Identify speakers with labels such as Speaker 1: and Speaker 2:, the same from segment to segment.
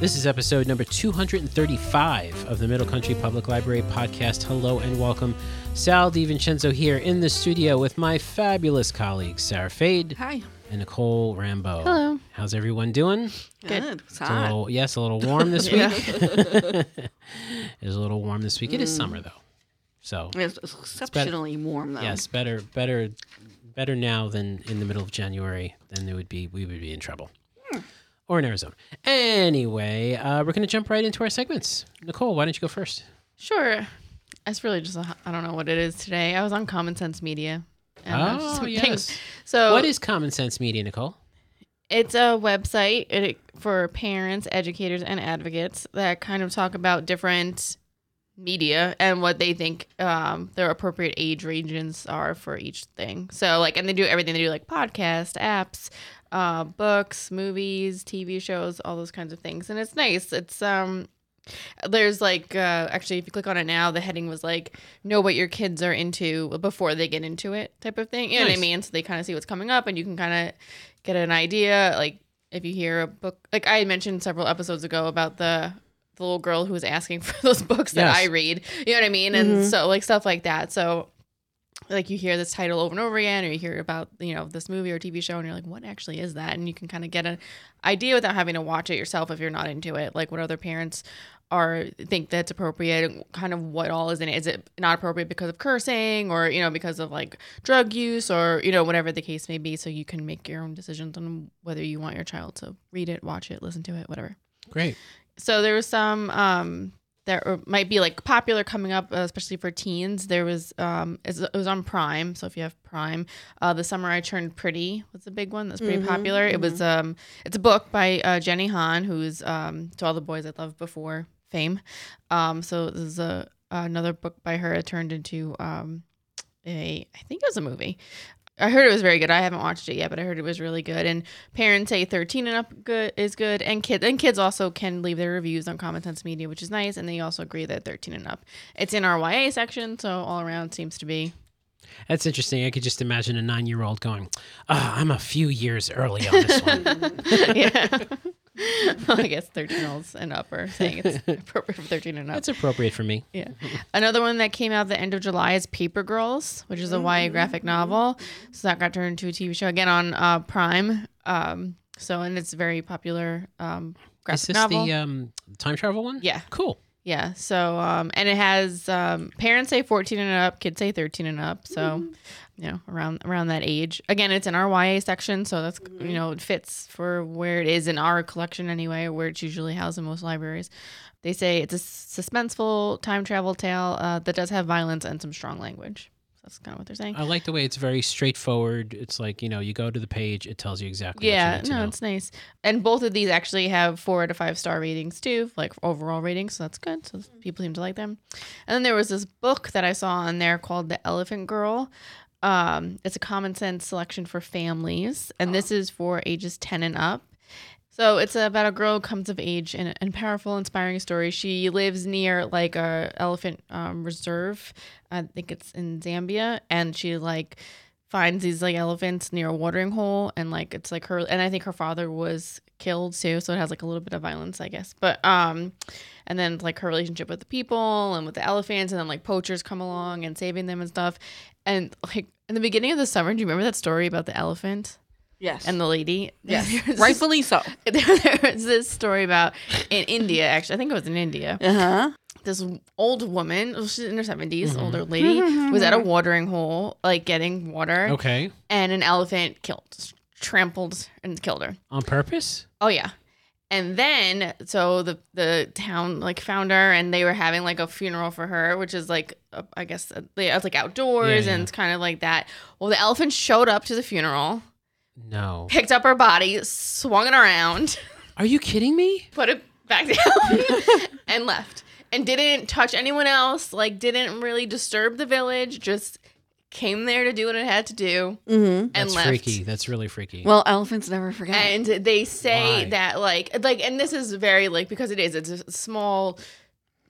Speaker 1: This is episode number 235 of the Middle Country Public Library podcast. Hello and welcome. Sal DiVincenzo here in the studio with my fabulous colleagues, Sarah Fade
Speaker 2: Hi.
Speaker 1: and Nicole Rambo.
Speaker 3: Hello.
Speaker 1: How's everyone doing?
Speaker 2: Good. It's
Speaker 1: It's a
Speaker 2: hot.
Speaker 1: little, yes, a little warm this week.
Speaker 2: Yeah.
Speaker 1: It is a little warm this week. It
Speaker 2: Mm.
Speaker 1: is summer, though. So,
Speaker 2: It's exceptionally warm though.
Speaker 3: Um,
Speaker 1: yes, better, better, better now than in the middle of January. Then it would be we would be in trouble,
Speaker 3: Hmm.
Speaker 1: or in Arizona. Anyway, uh, we're going to jump right into our segments. Nicole, why don't you go first?
Speaker 3: Sure. It's really just, a, I don't know what it is today. I was on Common Sense Media. And I was just
Speaker 1: oh
Speaker 3: thinking-
Speaker 1: yes.
Speaker 3: Uh, So
Speaker 1: What is Common Sense Media, Nicole?
Speaker 3: it's a website it, for parents, educators, and advocates that kind of talk about different media and what they think um, their appropriate age regions are for each thing. So, like, and they do everything. They do like podcast, apps, uh, books, movies, TV shows, all those kinds of things. And it's nice. It's um, there's like uh, actually if you click on it now the heading was like know what your kids are into before they get into it type of thing you know what
Speaker 1: Nice.
Speaker 3: i mean so they kind of see what's coming up and you can kind of get an idea like if you hear a book like i had mentioned several episodes ago about the the little girl who was asking for those books that
Speaker 1: Yes.
Speaker 3: i read you know what i mean and so like stuff like that so like you hear this title over and over again or you hear about you know this movie or tv show and you're like what actually is that and you can kind of get an idea without having to watch it yourself if you're not into it like what other parents are think that's appropriate and kind of what all is in it is it not appropriate because of cursing or you know because of like drug use or you know whatever the case may be so you can make your own decisions on whether you want your child to read it watch it listen to it whatever
Speaker 1: Great.
Speaker 3: so there was some um that were- might be like popular coming up uh, especially for teens there was um it's- it was on prime so if you have prime uh the summer i turned pretty was a big one that's pretty popular it was um it's a book by uh, jenny hahn who's um to all the boys i loved before fame um so this is a another book by her it turned into um a i think it was a movie I heard it was very good. I haven't watched it yet, but I heard it was really good. And parents say 13 and up good is good, and kids and kids also can leave their reviews on Common Sense Media, which is nice. And they also agree that 13 and up. It's in our YA section, so all around seems to be
Speaker 1: That's interesting. I could just imagine a nine-year-old going, Ah, "I'm a few years early on this one."
Speaker 3: yeah. Well, I guess 13 year olds and up are saying it's appropriate for 13 and up.
Speaker 1: That's appropriate for me.
Speaker 3: Yeah. Another one that came out the end of July is Paper Girls, which is a
Speaker 1: Mm.
Speaker 3: YA graphic novel. So that got turned into a TV show again on uh, Prime. Um, so and it's very popular um, graphic
Speaker 1: Is this
Speaker 3: novel.
Speaker 1: the um, time travel one?
Speaker 3: Yeah.
Speaker 1: Cool.
Speaker 3: yeah. So um, and it has um, parents say 14 and up, kids say 13 and up. So you know around around that age. Again, it's in our YA section, so that's you know it fits for where it is in our collection anyway, or where it's usually housed in most libraries. They say it's a suspenseful time travel tale uh, that does have violence and some strong language. So that's kind of what they're saying.
Speaker 1: I like the way it's very straightforward. It's like you know, you go to the page, it tells you exactly. what you
Speaker 3: Yeah,
Speaker 1: need to
Speaker 3: no,
Speaker 1: know.
Speaker 3: it's nice. And both of these actually have four to five star ratings too, like overall ratings. So that's good. So people seem to like them. And then there was this book that I saw on there called The Elephant Girl. Um, it's a common sense selection for families, and this is for ages 10 and up. So it's about a girl who comes of age in a powerful, inspiring story. She lives near like a elephant um, reserve. I think it's in Zambia, and she like finds these like elephants near a watering hole, and like it's like her. And I think her father was killed too, so it has like a little bit of violence, I guess. But um, and then like her relationship with the people and with the elephants, and then like poachers come along and saving them and stuff. And like in the beginning of the summer, do you remember that story about the elephant
Speaker 2: Yes.
Speaker 3: and
Speaker 2: And
Speaker 3: the lady? There's-
Speaker 2: rightfully so.
Speaker 3: there, there was this story about in India, actually, I think it was in India.
Speaker 2: Uh huh.
Speaker 3: This old woman, well, she's in her 70s, older lady, was at a watering hole, like getting water,
Speaker 1: okay
Speaker 3: and an elephant killed, trampled, and killed her.
Speaker 1: on purpose.
Speaker 3: Oh, yeah. And then, so the the town like found her, and they were having like a funeral for her, which is like uh, I guess uh, yeah, it's like outdoors,
Speaker 1: Yeah, yeah.
Speaker 3: and it's kind of like that. Well, the elephant showed up to the funeral,
Speaker 1: No.
Speaker 3: picked up her body, swung it around,
Speaker 1: Are you kidding me?
Speaker 3: put it back down and left and didn't touch anyone else like didn't really disturb the village just came there to do what it had to do
Speaker 2: Mm-hmm.
Speaker 3: and
Speaker 1: That's
Speaker 3: left
Speaker 1: freaky. That's really freaky.
Speaker 2: Well, elephants never forget.
Speaker 3: and they say
Speaker 1: Why?
Speaker 3: that like like and this is very like because it is it's a small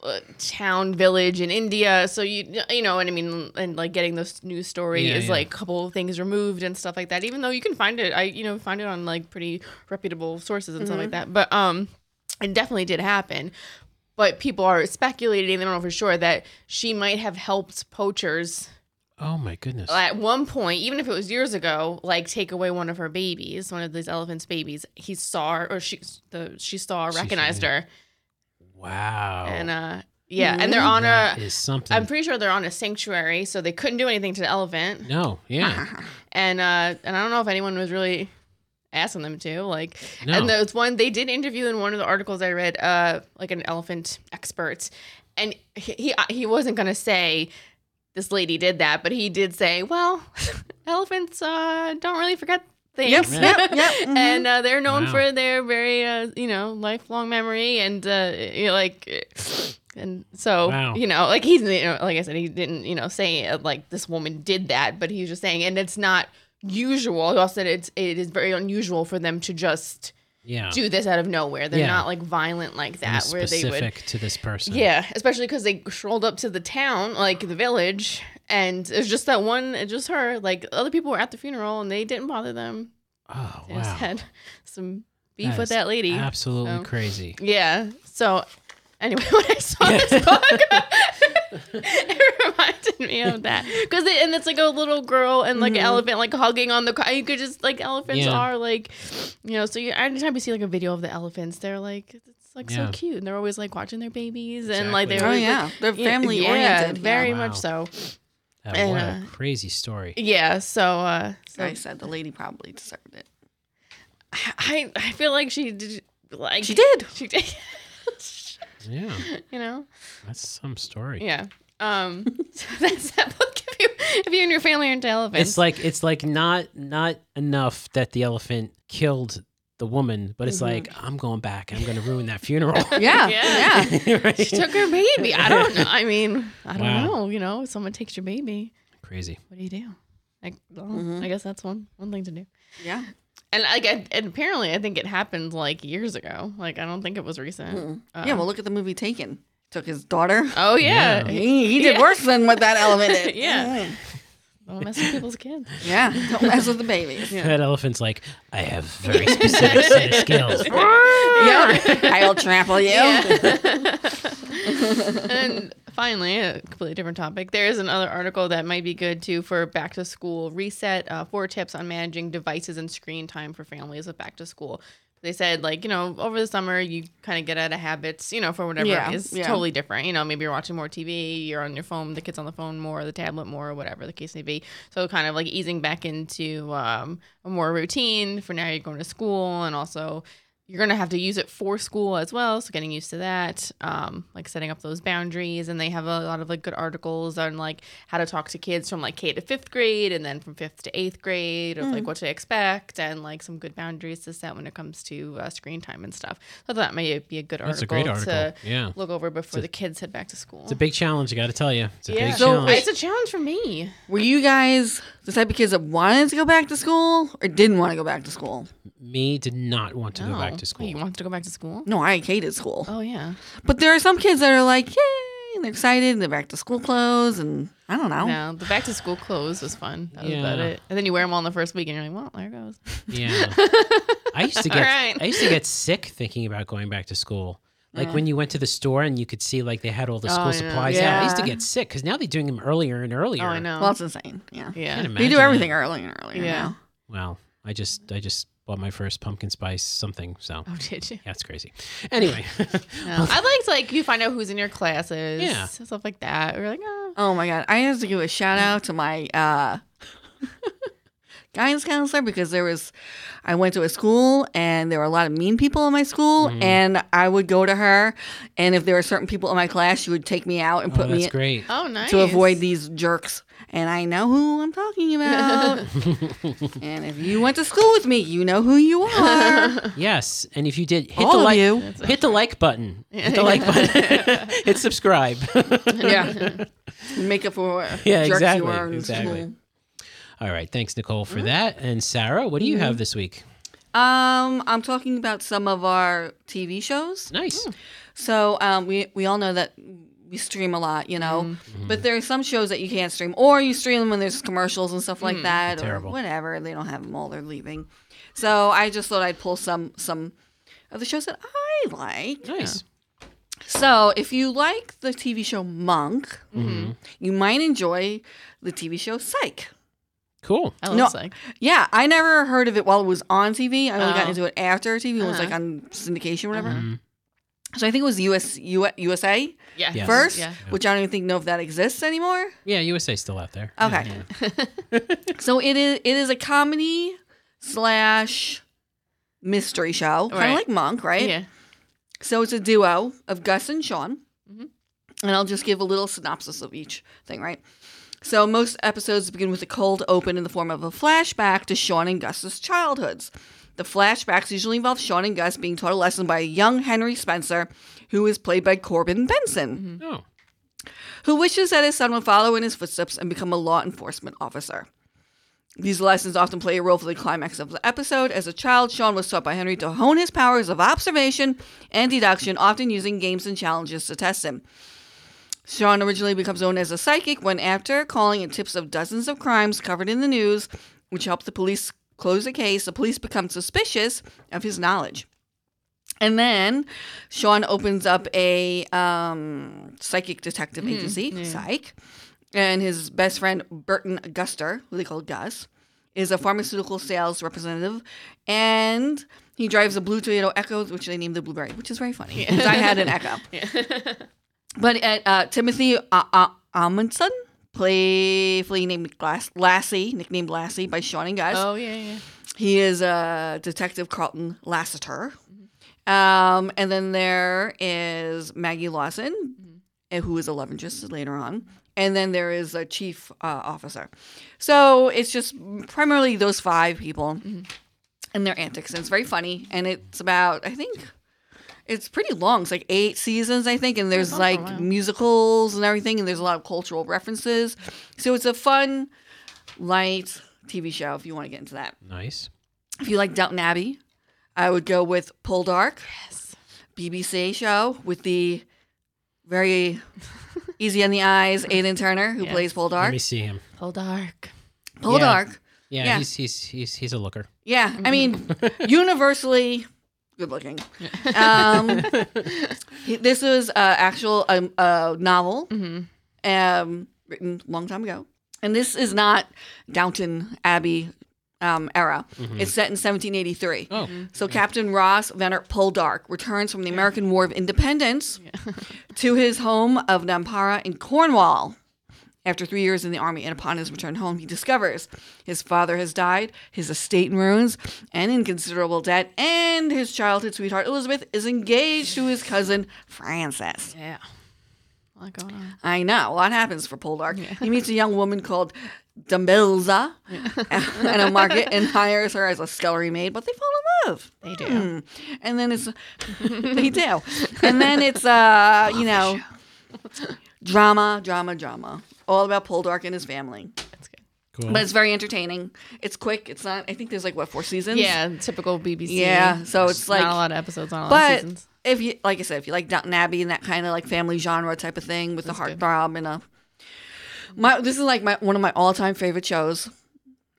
Speaker 3: uh, town village in India so you you know what I mean and like getting this news story
Speaker 1: Yeah,
Speaker 3: is
Speaker 1: yeah.
Speaker 3: like a couple of things removed and stuff like that
Speaker 1: Mm-hmm.
Speaker 3: even though you can find it I you know find it on like pretty reputable sources and stuff like that but um it definitely did happen but people are speculating they don't know for sure that she might have helped poachers
Speaker 1: Oh my goodness.
Speaker 3: at one point even if it was years ago like take away one of her babies one of these elephants babies he saw her or she the she saw
Speaker 1: She
Speaker 3: recognized
Speaker 1: saw
Speaker 3: her
Speaker 1: Wow.
Speaker 3: and uh yeah and they're on a
Speaker 1: That is something.
Speaker 3: i'm pretty sure they're on a sanctuary so they couldn't do anything to the elephant
Speaker 1: no,
Speaker 3: Uh-huh.
Speaker 1: yeah.
Speaker 2: Oh,
Speaker 3: and uh and I don't know if anyone was really asking them to like
Speaker 1: No.
Speaker 3: and there's one they did interview in one of the articles I read uh like an elephant expert and he he, uh, he wasn't going to say this lady did that but he did say well elephants uh don't really forget things
Speaker 2: Yep,
Speaker 1: Yeah.
Speaker 2: yep, yep. mhm.
Speaker 3: and uh, they're known
Speaker 1: Wow.
Speaker 3: for their very uh, you know lifelong memory and uh, you know, like and so
Speaker 1: Wow.
Speaker 3: you know like he's you know, like i said he didn't you know say uh, like this woman did that but he's just saying and it's not usual he also said it's it is very unusual for them to just
Speaker 1: Yeah.
Speaker 3: do this out of nowhere they're
Speaker 1: Yeah.
Speaker 3: not like violent like
Speaker 1: It was
Speaker 3: that where they
Speaker 1: specific
Speaker 3: would
Speaker 1: to this person.
Speaker 3: yeah, especially because they strolled up to the town, like the village, and it was just that one, it just her. Like other people were at the funeral and they didn't bother them.
Speaker 1: Oh
Speaker 3: They just
Speaker 1: wow.
Speaker 3: had some beef
Speaker 1: That
Speaker 3: with
Speaker 1: is
Speaker 3: that lady.
Speaker 1: Absolutely
Speaker 3: So-
Speaker 1: crazy.
Speaker 3: yeah. So anyway, when I saw this book, it reminded me of that because it, and it's like a little girl and
Speaker 2: Mm-hmm.
Speaker 3: like an elephant like hugging on the car. You could just like elephants
Speaker 1: Yeah.
Speaker 3: are like, you know. So you, anytime you see like a video of the elephants, they're like it's like
Speaker 1: Yeah.
Speaker 3: so cute and they're always like watching their babies and like they're
Speaker 1: Exactly.
Speaker 2: Oh
Speaker 3: always, like,
Speaker 2: yeah, they're
Speaker 3: yeah,
Speaker 2: family
Speaker 3: yeah,
Speaker 2: oriented.
Speaker 3: very
Speaker 2: yeah.
Speaker 1: Wow.
Speaker 3: much so.
Speaker 1: Uh,
Speaker 3: And,
Speaker 1: what a
Speaker 3: uh,
Speaker 1: crazy story.
Speaker 3: Yeah. So, uh, so
Speaker 2: I said the lady probably deserved it.
Speaker 3: I I feel like she did like
Speaker 2: She did.
Speaker 3: she did
Speaker 1: Yeah.
Speaker 3: you know.
Speaker 1: That's some story.
Speaker 3: Yeah. Um, so that's that book. If you, if you and your family are into elephants,
Speaker 1: It's like it's like not not enough that the elephant killed the woman, but it's
Speaker 3: Mm-hmm.
Speaker 1: like I'm going back. and I'm going to ruin that funeral.
Speaker 2: Yeah,
Speaker 3: Yeah.
Speaker 2: yeah.
Speaker 1: Right?
Speaker 3: she took her baby. I don't know. I mean, I don't
Speaker 1: Wow.
Speaker 3: know. You know, if someone takes your baby,
Speaker 1: Crazy.
Speaker 3: what do you do? Like, well,
Speaker 2: Mhm.
Speaker 3: I guess that's one one thing to do.
Speaker 2: yeah.
Speaker 3: And like, I- and apparently, I think it happened like years ago. Like, I don't think it was recent.
Speaker 2: Mm.
Speaker 3: Uh,
Speaker 2: yeah. Well, look at the movie Taken. Took his daughter.
Speaker 3: oh yeah,
Speaker 1: Yeah.
Speaker 2: He, he did
Speaker 3: Yeah.
Speaker 2: worse than what that elephant did.
Speaker 3: Yeah. don't mess with people's kids.
Speaker 2: Mm. Yeah. Don't mess with the babies. Yeah.
Speaker 1: That elephant's like I have very specific set of skills.
Speaker 2: I'll trample you.
Speaker 3: and finally, a completely different topic. There is another article that might be good too for back to school reset. Uh, four tips on managing devices and screen time for families with back to school. They said, like, you know, over the summer, you kind of get out of habits, you know, for whatever
Speaker 2: Yeah,
Speaker 3: is
Speaker 2: yeah.
Speaker 3: totally different. You know, maybe you're watching more TV, you're on your phone, the kid's on the phone more, the tablet more, whatever the case may be. So, kind of like easing back into um, a more routine. For now, you're going to school and also you're going to have to use it for school as well so getting used to that um, like setting up those boundaries and they have a lot of like good articles on like how to talk to kids from like k to fifth grade and then from fifth to eighth grade of like what to expect and like some good boundaries to set when it comes to uh, screen time and stuff so that may be a good article,
Speaker 1: That's a great
Speaker 3: to
Speaker 1: article. Yeah.
Speaker 3: look over before the kids head back to school
Speaker 1: It's a big challenge, I got to tell you. It's a
Speaker 3: yeah.
Speaker 1: big
Speaker 3: so
Speaker 1: challenge.
Speaker 3: it's a challenge for me
Speaker 2: Were you guys the type of kids that wanted to go back to school or didn't want to go back to school?
Speaker 1: Me did not want to go back
Speaker 3: No.
Speaker 1: to
Speaker 3: Oh. you
Speaker 1: school.
Speaker 3: wanted to go back to school
Speaker 2: No, I hated school.
Speaker 3: oh yeah
Speaker 2: But there are some kids that are like, yay, and they're excited and they're back to school clothes and I don't know.
Speaker 3: No, the back to school clothes was fun. That was about
Speaker 1: Yeah.
Speaker 3: it. And then you wear them on the first week, and you're like, "Well, there it goes."
Speaker 1: Yeah. I used to
Speaker 3: All
Speaker 1: get
Speaker 3: right.
Speaker 1: I used to get sick thinking about going back to school. Like when you went to the store and you could see like they had all the
Speaker 3: Mm. Oh,
Speaker 1: school
Speaker 3: I know.
Speaker 1: supplies out. I used to
Speaker 2: Yeah.
Speaker 1: get sick because now they're doing them earlier and earlier.
Speaker 3: Oh, I know.
Speaker 2: Well, it's insane. Yeah.
Speaker 3: yeah,
Speaker 1: Can't
Speaker 2: They
Speaker 1: imagine
Speaker 2: do
Speaker 1: that.
Speaker 2: everything earlier and earlier.
Speaker 3: Yeah.
Speaker 2: now.
Speaker 1: Well, I just I just bought my first pumpkin spice something. So
Speaker 3: Oh, did you?
Speaker 1: yeah, it's crazy. Anyway,
Speaker 3: No. I liked like you find out who's in your classes,
Speaker 1: Yeah.
Speaker 3: stuff like that. We We're like, oh,
Speaker 2: Oh my god! I have to give a shout out to my uh, guidance counselor because there was, I went to a school and there were a lot of mean people in my school,
Speaker 1: Mm.
Speaker 2: and I would go to her, and if there were certain people in my class, she would take me out and
Speaker 1: oh,
Speaker 2: put
Speaker 1: that's
Speaker 2: me
Speaker 1: great.
Speaker 3: oh, nice
Speaker 2: to avoid these jerks. And I know who I'm talking about. and if you went to school with me, you know who you are.
Speaker 1: Yes, and if you did hit
Speaker 2: All
Speaker 1: the
Speaker 2: of
Speaker 1: like
Speaker 2: you.
Speaker 1: hit the like button. Hit the like button. hit subscribe.
Speaker 2: yeah. Make up for what
Speaker 1: Yeah,
Speaker 2: jerks
Speaker 1: exactly,
Speaker 2: you are in
Speaker 1: exactly.
Speaker 2: school.
Speaker 1: all right, thanks Nicole
Speaker 2: Mm-hmm.
Speaker 1: for that. And Sarah, what do you have this week?
Speaker 2: Um, I'm talking about some of our TV shows.
Speaker 1: Nice.
Speaker 2: So um, we we all know that we stream a lot, you know.
Speaker 1: Mm-hmm.
Speaker 2: But there are some shows that you can't stream, or you stream them when there's commercials and stuff like that, or
Speaker 1: Terrible.
Speaker 2: whatever. They don't have them all; they're leaving. So I just thought I'd pull some some of the shows that I like.
Speaker 1: Nice.
Speaker 2: So if you like the TV show Monk,
Speaker 3: Mm-hmm.
Speaker 1: Mhm.
Speaker 2: you might enjoy the TV show Psych.
Speaker 1: Cool.
Speaker 3: I
Speaker 2: No.
Speaker 3: love Psych.
Speaker 2: Yeah, I never heard of it while it was on TV. I only got
Speaker 3: Oh.
Speaker 2: into it after TV It was
Speaker 3: Uh-huh. Mm-hmm.
Speaker 2: like on syndication, or whatever.
Speaker 1: Mhm.
Speaker 2: So I think it was US, U- USA,
Speaker 3: Yeah.
Speaker 1: Yes.
Speaker 2: first,
Speaker 3: Yeah.
Speaker 2: which I don't even think know if that exists anymore.
Speaker 1: Yeah, USA's still out there.
Speaker 2: Okay.
Speaker 1: Yeah.
Speaker 2: So it is it is a comedy slash mystery show, kind
Speaker 3: Right.
Speaker 2: of like Monk, right?
Speaker 3: Yeah.
Speaker 2: So it's a duo of Gus and Sean,
Speaker 3: Mhm.
Speaker 2: and I'll just give a little synopsis of each thing, right? So most episodes begin with a cold open in the form of a flashback to Sean and Gus's childhoods. The flashbacks usually involve Sean and Gus being taught a lesson by a young Henry Spencer, who is played by Corbin Benson.
Speaker 1: Oh,
Speaker 2: who wishes that his son would follow in his footsteps and become a law enforcement officer. These lessons often play a role for the climax of the episode. As a child, Sean was taught by Henry to hone his powers of observation and deduction, often using games and challenges to test him. Sean originally becomes known as a psychic when, after calling in tips of dozens of crimes covered in the news, which helped the police close a case, the police become suspicious of his knowledge. And then Sean opens up a um, psychic detective agency,
Speaker 3: yeah.
Speaker 2: Psych, and his best friend, Burton Guster, who they call Gus, is a pharmaceutical sales representative, and he drives a blue Toyota Echo, which they named the Blueberry, which is very funny. 'cause I had an Echo. But at, uh, Timothy uh, uh, Amundsen, playfully named Glass- Lassie, nicknamed Lassie by Sean and Gus.
Speaker 3: Oh yeah, yeah.
Speaker 2: He is uh, Detective Carlton Lassiter. Um, and then there is Maggie Lawson, eh, who is a Love interest later on. And then there is a chief uh, officer. So it's just primarily those five people and their antics. And it's very funny. And it's about, I think, it's pretty long. It's like eight seasons, I think. And there's
Speaker 3: it's on for a
Speaker 2: like
Speaker 3: while.
Speaker 2: musicals and everything. And there's a lot of cultural references. So it's a fun, light TV show if you want to get into that.
Speaker 1: nice.
Speaker 2: If you like Downton Abbey, I would go with Pull Dark,
Speaker 3: Yes.
Speaker 2: BBC show with the very easy on the eyes Aidan Turner who
Speaker 3: Yes.
Speaker 2: plays Pull
Speaker 1: Let
Speaker 2: Dark.
Speaker 1: me see him.
Speaker 3: Whole dark.
Speaker 2: Pull
Speaker 1: Yeah.
Speaker 2: Dark.
Speaker 1: Yeah,
Speaker 2: Yeah.
Speaker 1: he's he's he's he's a looker.
Speaker 2: Yeah, I mean universally good looking. Um, he- this was uh, actual um, uh, novel
Speaker 3: Mm-hmm.
Speaker 2: um, written a long time ago. And this is not Downton Abbey um, era.
Speaker 1: Mhm.
Speaker 2: It's set in 1783.
Speaker 1: Oh,
Speaker 2: So Captain Ross Venner Poldark returns from the American War of Independence to his home of Nampara in Cornwall. After three years in the army and upon his return home, he discovers his father has died, his estate in ruins and in considerable debt, and his childhood sweetheart Elizabeth is engaged to his cousin Frances.
Speaker 3: Yeah. A lot going on.
Speaker 2: I know. A lot happens for Poldark. He meets a young woman called Dumbelza at a market and hires her as a scullery maid, but they fall in love.
Speaker 3: They do.
Speaker 2: Hmm. And then it's they do. And then it's uh, you know drama, drama, drama. All about Poldark and his family.
Speaker 3: That's good.
Speaker 1: cool.
Speaker 2: But it's very entertaining. It's quick. It's not I think there's like what, four seasons?
Speaker 3: Yeah, typical BBC.
Speaker 2: Yeah. So it's
Speaker 3: Not
Speaker 2: like
Speaker 3: a lot of episodes on a lot of
Speaker 2: but
Speaker 3: seasons.
Speaker 2: if you like I said, if you like Downton Abbey and that kind of like family genre type of thing with the
Speaker 3: good.
Speaker 2: heartthrob and a my this is like my one of my all time favorite shows,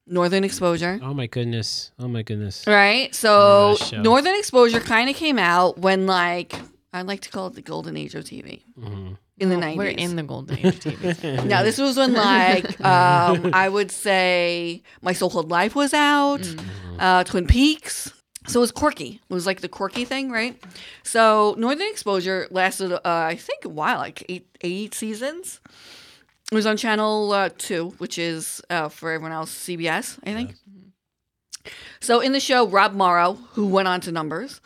Speaker 2: Northern Exposure.
Speaker 1: oh my goodness. Oh my goodness.
Speaker 2: Right.
Speaker 1: Oh,
Speaker 2: So
Speaker 1: that show.
Speaker 2: Northern Exposure kind of came out when like I like to call it the golden age of TV
Speaker 1: Mhm.
Speaker 2: in the
Speaker 3: Well,
Speaker 2: 90s.
Speaker 3: Oh, We're in the golden age of TV.
Speaker 1: Mm-hmm.
Speaker 2: no, this was when like um, I would say my so-called life was out,
Speaker 3: Mm.
Speaker 2: uh, Twin Peaks. So it was quirky. It was like the quirky thing, right? So Northern Exposure lasted, uh, I think, a while, like eight eight seasons. It was on Channel uh, Two, which is uh, for everyone else CBS, I think. So in the show, Rob Morrow, who went on to Numbers,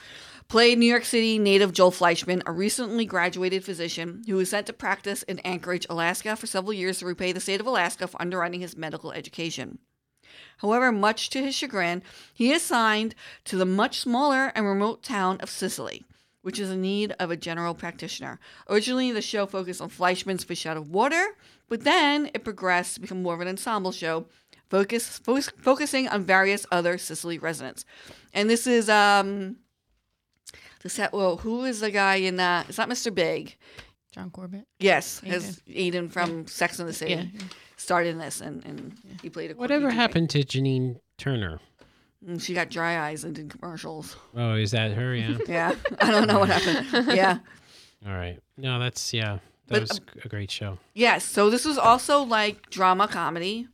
Speaker 2: played New York City native Joel Fleischman, a recently graduated physician who was sent to practice in Anchorage, Alaska for several years to repay the state of Alaska for underwriting his medical education. However, much to his chagrin, he is signed to the much smaller and remote town of Sicily, which is in need of a general practitioner. Originally, the show focused on Fleischman's Fish Out of Water, but then it progressed to become more of an ensemble show, focus, fo- focusing on various other Sicily residents. And this is um, the set. Well, who is the guy in that? It's not Mr. Big.
Speaker 3: John Corbett.
Speaker 2: Yes, as Eden from Sex and the City
Speaker 3: Yeah.
Speaker 2: started in this, and, and he played a quirky
Speaker 1: Whatever
Speaker 2: dude.
Speaker 1: happened to Janine Turner?
Speaker 2: Mm, She got dry eyes and did commercials.
Speaker 1: Oh, is that her? Yeah.
Speaker 2: Yeah, I don't know what happened. Yeah.
Speaker 1: All right. No, that's yeah. That
Speaker 2: But, uh,
Speaker 1: was a great show.
Speaker 2: Yes. So this was also like drama comedy,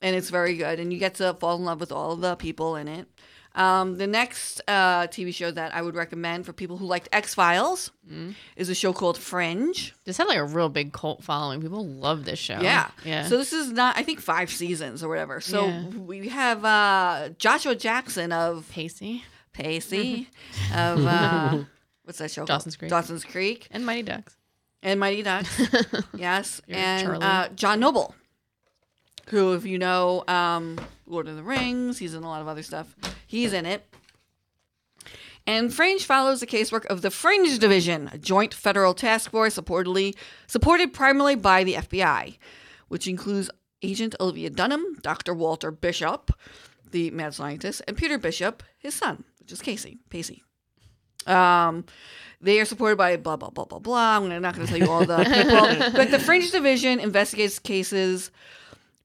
Speaker 2: and it's very good. And you get to fall in love with all the people in it. Um, the next uh, TV show that I would recommend for people who liked X Files
Speaker 3: Mm.
Speaker 2: is a show called Fringe.
Speaker 3: This had like a real big cult following. People love this show.
Speaker 2: Yeah.
Speaker 3: Oh, Yeah.
Speaker 2: So this is not, I think, five seasons or whatever. So
Speaker 3: Yeah.
Speaker 2: we have uh, Joshua Jackson of
Speaker 3: Pacey
Speaker 2: Pacey, of uh, what's that show? called?
Speaker 3: Mm-hmm. Dawson's Creek.
Speaker 2: Dawson's Creek
Speaker 3: and Mighty Ducks.
Speaker 2: and Mighty Ducks. Yes,
Speaker 3: Your
Speaker 2: and
Speaker 3: Charlie.
Speaker 2: uh, John Noble, who, if you know, um, Lord of the Rings, he's in a lot of other stuff. He's in it. And Fringe follows the casework of the Fringe Division, a joint federal task force supportedly supported primarily by the FBI, which includes Agent Olivia Dunham, Dr. Walter Bishop, the mad scientist, and Peter Bishop, his son, which is Casey Pacey. Um, they are supported by blah blah blah blah blah. I'm not going to tell you all the people, but the Fringe Division investigates cases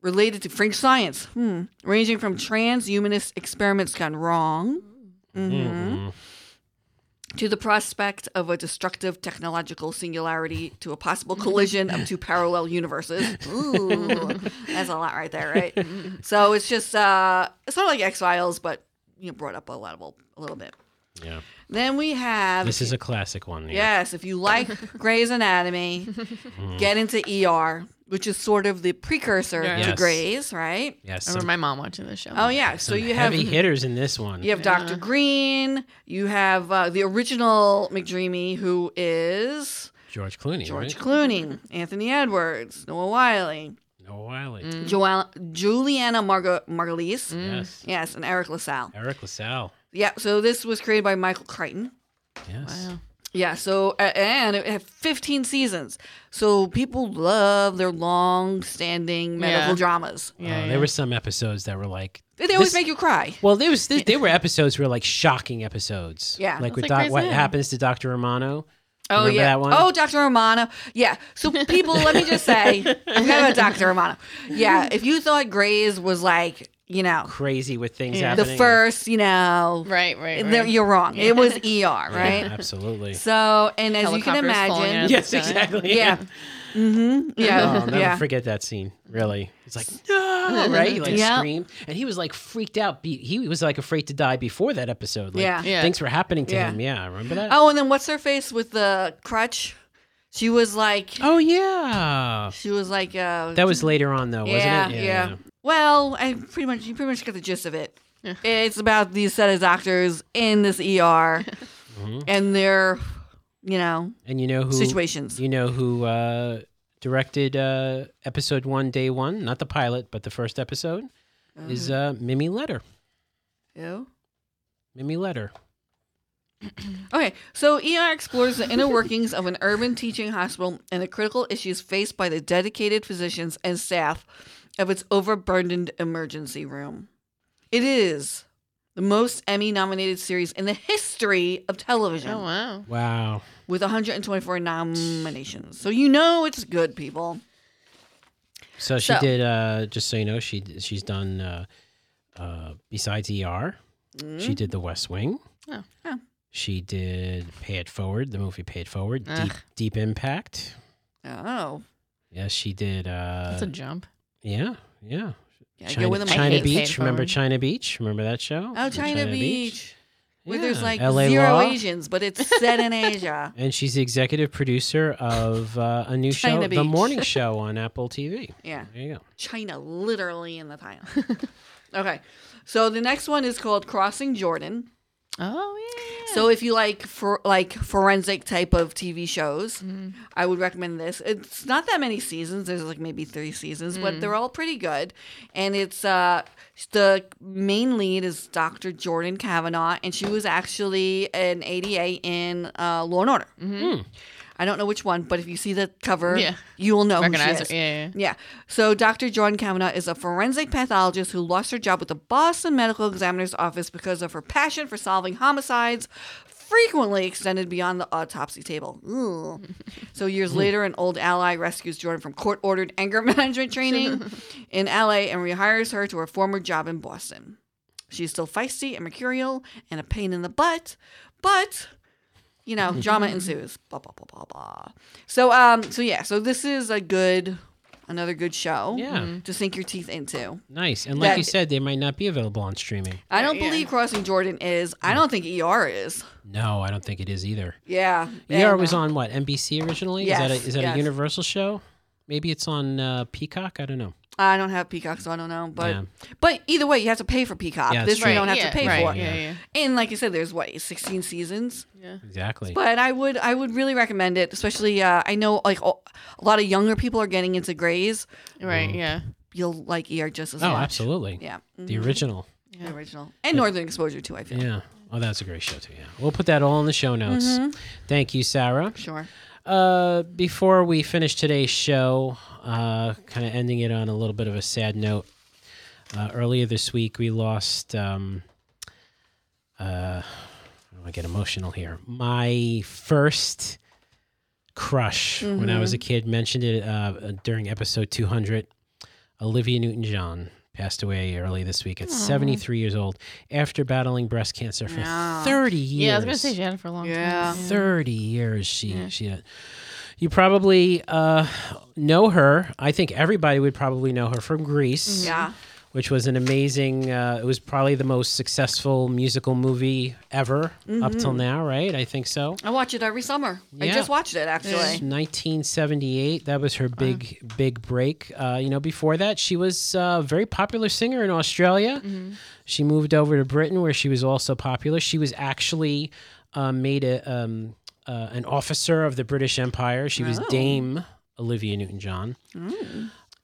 Speaker 2: related to Fringe science, hmm, ranging from transhumanist experiments gone wrong Mm-hmm.
Speaker 1: Mhm.
Speaker 2: to the prospect of a destructive technological singularity to a possible collision of two parallel universes. Ooh, that's a lot right there, right? so it's just uh, it's not like X Files, but you know, brought up a level a little bit.
Speaker 1: Yeah.
Speaker 2: Then we have
Speaker 1: This is a classic one. Yeah. Mm-hmm.
Speaker 2: Yes, if you like Grey's Anatomy, get into ER, which is sort of the precursor
Speaker 3: Yeah.
Speaker 2: to
Speaker 1: Yes.
Speaker 2: Grey's, right?
Speaker 1: Yes.
Speaker 3: I remember my mom watching this show.
Speaker 2: Oh yeah, so you have
Speaker 1: heavy hitters in this one.
Speaker 2: you have Dr. Green, you have uh, the original McDreamy who is
Speaker 1: George Clooney.
Speaker 2: George
Speaker 1: right?
Speaker 2: Clooney, Anthony Edwards, Noah Wiley,
Speaker 1: Noah Wiley.
Speaker 2: Joel- Juliana Margo- Margulies,
Speaker 1: Yes.
Speaker 2: yes, and Eric LaSalle.
Speaker 1: Mm. Eric LaSalle.
Speaker 2: Yeah, so this was created by Michael Crichton.
Speaker 1: Yes. Uh,
Speaker 3: Wow.
Speaker 2: Yeah, so a- and it had 15 seasons. So people love their long-standing medical
Speaker 3: Yeah.
Speaker 2: dramas.
Speaker 1: Uh,
Speaker 3: Yeah. yeah.
Speaker 1: There were some episodes that were like.
Speaker 2: They always
Speaker 1: This-
Speaker 2: make you cry.
Speaker 1: Well, there was there, there were episodes were like shocking episodes.
Speaker 2: Yeah.
Speaker 1: Like
Speaker 3: That's
Speaker 1: with
Speaker 3: like
Speaker 1: doc,
Speaker 3: Grey's
Speaker 1: what
Speaker 3: Anatomy.
Speaker 1: happens to Doctor Romano.
Speaker 2: Oh
Speaker 1: Remember
Speaker 2: yeah.
Speaker 1: that one?
Speaker 2: Oh, Dr. Romano. Yeah. So people, let me just say, forget about Dr. Romano. Yeah, if you thought Grey's was like, you know,
Speaker 1: Crazy with things
Speaker 3: Yeah.
Speaker 2: the
Speaker 1: happening.
Speaker 2: first, you know,
Speaker 3: Right. Right.
Speaker 2: then
Speaker 3: right.
Speaker 2: you're wrong. It was ER,
Speaker 1: Yeah,
Speaker 2: right?
Speaker 1: absolutely. uh,
Speaker 2: So, and as you can
Speaker 3: Helicopters falling
Speaker 2: imagine,
Speaker 3: out.
Speaker 1: yes.
Speaker 3: Yeah.
Speaker 1: Exactly.
Speaker 2: yeah. Mm-hmm.
Speaker 1: Oh,
Speaker 2: Yeah.
Speaker 1: I'll never
Speaker 2: yeah.
Speaker 1: forget that scene. Really, it's like no, right? He like
Speaker 2: Yeah.
Speaker 1: screamed, and he was like freaked out. Be- He was like afraid to die before that episode. Like,
Speaker 2: Yeah.
Speaker 3: Yeah.
Speaker 1: things were happening to
Speaker 2: Yeah.
Speaker 1: him. Yeah, remember that?
Speaker 2: Oh, and then what's her face with the crutch? She was like,
Speaker 1: Oh, yeah,
Speaker 2: she was like, uh,
Speaker 1: that was later on though, wasn't
Speaker 2: yeah,
Speaker 1: it?
Speaker 2: yeah, Well, I pretty much you pretty much got the gist of it. It's about these set of doctors in this ER and their, you know,
Speaker 1: Mm-hmm. And you know who?
Speaker 2: situations.
Speaker 1: You know who uh, directed uh, episode one, day one? Not the pilot, but the first episode is
Speaker 2: Uh-huh.
Speaker 1: uh, Mimi Letter.
Speaker 2: Ew.
Speaker 1: Mimi Letter.
Speaker 2: Okay, so ER explores the inner workings of an urban teaching hospital and the critical issues faced by the dedicated physicians and staff of its overburdened emergency room. It is the most Emmy nominated series in the history of television
Speaker 3: Oh wow.
Speaker 1: Wow.
Speaker 2: with 124 nominations. So you know it's good, people.
Speaker 1: So she
Speaker 2: So-
Speaker 1: did. Uh, just so you know, she she's done. Uh, uh, besides ER, she did The West Wing.
Speaker 3: Oh.
Speaker 2: Hmm? Oh.
Speaker 1: She did Pay It Forward, the movie Pay It Forward. Deep,
Speaker 3: Ugh.
Speaker 1: Deep Impact.
Speaker 2: Oh,
Speaker 1: Yes, she did. Uh,
Speaker 3: That's a jump.
Speaker 1: yeah, yeah.
Speaker 2: yeah,
Speaker 1: China,
Speaker 2: go with them.
Speaker 3: I
Speaker 1: China
Speaker 3: hate Pay It
Speaker 1: Beach. Remember
Speaker 3: Forward.
Speaker 1: China Beach? Remember that show?
Speaker 2: Oh, China, Beach, where there's
Speaker 1: Yeah.
Speaker 2: like
Speaker 1: LA
Speaker 2: zero
Speaker 1: Law.
Speaker 2: Asians, but it's set in Asia.
Speaker 1: And she's the executive producer of uh, a new show,
Speaker 2: China
Speaker 1: The
Speaker 2: Beach.
Speaker 1: Morning Show on Apple TV.
Speaker 2: Yeah,
Speaker 1: There you go.
Speaker 2: China literally in the title. okay, so the next one is called Crossing Jordan.
Speaker 3: Oh yeah.
Speaker 2: So if you like for like forensic type of TV shows,
Speaker 3: Mm-hmm.
Speaker 2: I would recommend this. It's not that many seasons. There's like maybe three seasons, but
Speaker 3: Mm.
Speaker 2: they're all pretty good. And it's uh the main lead is Dr. Jordan Kavanaugh, and she was actually an ADA in uh, Law and Order. I don't know which one, but if you see the cover,
Speaker 3: Mm-hmm. Yeah.
Speaker 2: you will know who
Speaker 3: Recognize
Speaker 2: she
Speaker 3: her.
Speaker 2: is.
Speaker 3: Yeah. yeah.
Speaker 2: Yeah. So Dr. Jordan Kavanaugh is a forensic pathologist who lost her job with the Boston Medical Examiner's Office because of her passion for solving homicides frequently extended beyond the autopsy table. Ooh. so years later, an old ally rescues Jordan from court-ordered anger management training in LA and rehires her to her former job in Boston. She's still feisty and mercurial and a pain in the butt, but you know, drama ensues. Blah blah blah blah blah. So um, so yeah, so this is a good, another good show.
Speaker 1: Yeah.
Speaker 2: To sink your teeth into.
Speaker 1: Nice. And like
Speaker 2: That-
Speaker 1: you said, they might not be available on streaming.
Speaker 2: I don't
Speaker 3: Yeah.
Speaker 2: believe Crossing Jordan is. I don't think ER is.
Speaker 1: No, I don't think it is either.
Speaker 2: Yeah.
Speaker 1: ER
Speaker 3: E
Speaker 2: and,
Speaker 1: was
Speaker 2: uh,
Speaker 1: on what NBC originally. is that
Speaker 2: Yes,
Speaker 1: a, is that
Speaker 2: yes.
Speaker 1: a Universal show? Maybe it's on uh, Peacock. I don't know.
Speaker 2: I don't have Peacock, so I don't know. But
Speaker 1: Yeah.
Speaker 2: but either way, you have to pay for Peacock.
Speaker 1: Yeah,
Speaker 2: this
Speaker 1: that's
Speaker 2: you don't have
Speaker 3: Right, yeah,
Speaker 2: to pay
Speaker 3: right,
Speaker 2: for.
Speaker 3: Yeah, yeah,
Speaker 2: And like I said, there's what 16 seasons.
Speaker 3: yeah.
Speaker 1: Exactly.
Speaker 2: But I would I would really recommend it, especially uh, I know like a a lot of younger people are getting into Grays.
Speaker 3: Right, yeah.
Speaker 2: You'll like ER just as
Speaker 1: oh,
Speaker 2: much.
Speaker 1: absolutely.
Speaker 2: Yeah. Mm,
Speaker 1: The original.
Speaker 2: the original and Northern Exposure too. I feel
Speaker 1: Yeah. Oh, that's a great show too. Yeah. We'll put that all in the show notes.
Speaker 2: Mm-hmm.
Speaker 1: Thank you, Sarah.
Speaker 2: sure.
Speaker 1: Uh, before we finish today's show, uh, kind of ending it on a little bit of a sad note. Uh, earlier this week, we lost. Um, uh, I get emotional here. My first crush when I was
Speaker 3: Mm-hmm.
Speaker 1: a kid mentioned it uh, during episode 200. Olivia Newton John passed away early this week at 73 years old after battling breast cancer for
Speaker 2: Yeah.
Speaker 1: 30 years.
Speaker 3: Yeah, I was gonna say she had it for a long
Speaker 2: Yeah.
Speaker 3: time.
Speaker 1: 30 years she she had. you probably uh, know her i think everybody would probably know her from greece
Speaker 2: Mm-hmm. Yeah.
Speaker 1: which was an amazing uh, it was probably the most successful musical movie ever up
Speaker 2: Mm-hmm.
Speaker 1: till now right i think so
Speaker 2: I watch it every summer. I
Speaker 1: Yeah.
Speaker 2: just watched it
Speaker 1: It's
Speaker 2: actually.
Speaker 1: 1978 that was her big big break uh, you know before that she was uh, a very popular singer in australia she moved over to britain where she was also popular she was actually uh, made a, um, uh, an officer of the british empire she was dame olivia newton-john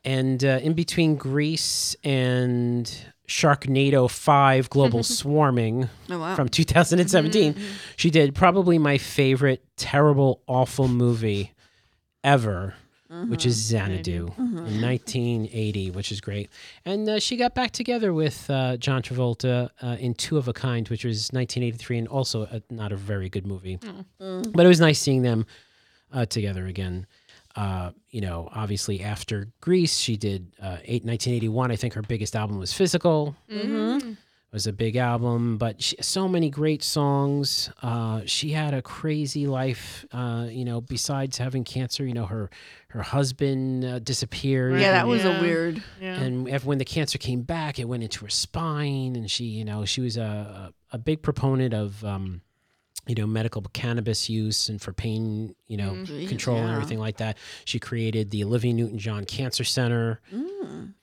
Speaker 1: and uh, in between greece and sharknado 5 global swarming
Speaker 2: Oh wow.
Speaker 1: from 2017. She did probably my favorite terrible, awful movie ever, which is Xanadu in 1980, which is great. And uh, she got back together with uh, John Travolta uh, in Two of a Kind, which was 1983, and also a, not a very good movie. But it was nice seeing them uh, together again. Uh, you know, obviously after Greece, she did uh, eight, 1981. I think her biggest album was Physical
Speaker 3: Mm-hmm.
Speaker 1: was a big album, but she, so many great songs. Uh, she had a crazy life, uh, you know. Besides having cancer, you know, her her husband uh, disappeared.
Speaker 2: yeah, that was
Speaker 3: Yeah.
Speaker 2: a weird.
Speaker 3: Yeah.
Speaker 1: And if- when the cancer came back, it went into her spine, and she, you know, she was a a big proponent of, um, you know, medical cannabis use and for pain, you know,
Speaker 2: Jeez,
Speaker 1: control and
Speaker 2: Mm-hmm. yeah.
Speaker 1: everything like that. She created the Olivia Newton John Cancer Center.
Speaker 2: Mm.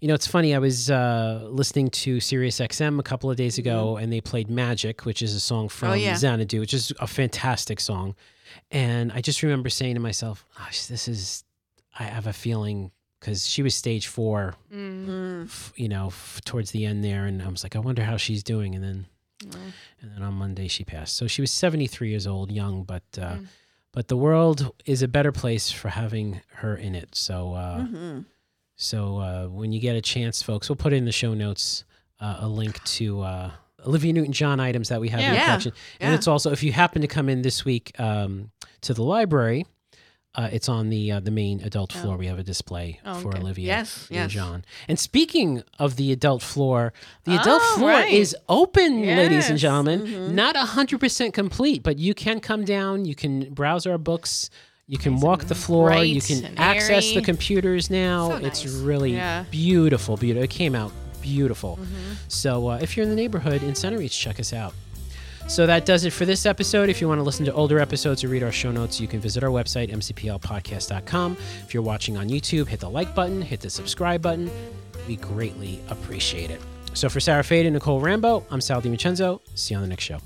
Speaker 1: You know, it's funny. I was uh, listening to Sirius XM a couple of days ago,
Speaker 2: Mm-hmm.
Speaker 1: and they played "Magic," which is a song from
Speaker 2: yeah.
Speaker 1: Xanadu, which is a fantastic song. And I just remember saying to myself, "Gosh, this is." I have a feeling because she was stage four,
Speaker 3: Mm.
Speaker 2: Mm.
Speaker 1: f- you know, f- towards the end there, and I was like, "I wonder how she's doing." And then,
Speaker 3: Well,
Speaker 1: and then on Monday she passed. So she was seventy three years old, young, but uh,
Speaker 3: Mm.
Speaker 1: but the world is a better place for having her in it. So. Uh,
Speaker 2: Mhm.
Speaker 1: so uh, when you get a chance, folks, we'll put in the show notes uh, a link to uh, Olivia Newton-John items that we have in the
Speaker 2: Yeah.
Speaker 1: collection, and
Speaker 2: Yeah.
Speaker 1: it's also if you happen to come in this week um, to the library, uh, it's on the uh, the main adult floor. We have a display
Speaker 3: Oh,
Speaker 1: for
Speaker 3: okay.
Speaker 1: Olivia.
Speaker 2: Yes,
Speaker 1: and
Speaker 2: yes.
Speaker 1: John. And speaking of the adult floor, the adult
Speaker 3: Oh,
Speaker 1: floor
Speaker 3: right.
Speaker 1: is open, ladies and
Speaker 3: Yes. Mm-hmm.
Speaker 1: gentlemen. Not hundred percent complete, but you can come down. You can browse our books. You can walk the floor. You
Speaker 3: bright
Speaker 1: can
Speaker 3: and
Speaker 1: access the
Speaker 3: airy.
Speaker 1: computers now. It's
Speaker 2: nice.
Speaker 1: really
Speaker 3: Yeah.
Speaker 1: beautiful, beautiful. It came out beautiful. So uh, if you're in the neighborhood in Center Reach, check us out. So that does it for this episode. If you want to listen to older episodes or read our show notes, you can visit our website, mcplpodcast.com. If you're watching on YouTube, hit the like button, hit the subscribe button. We greatly appreciate it. So for Sarah Fade and Nicole Rambo, I'm Sal DiVincenzo. See you on the next show.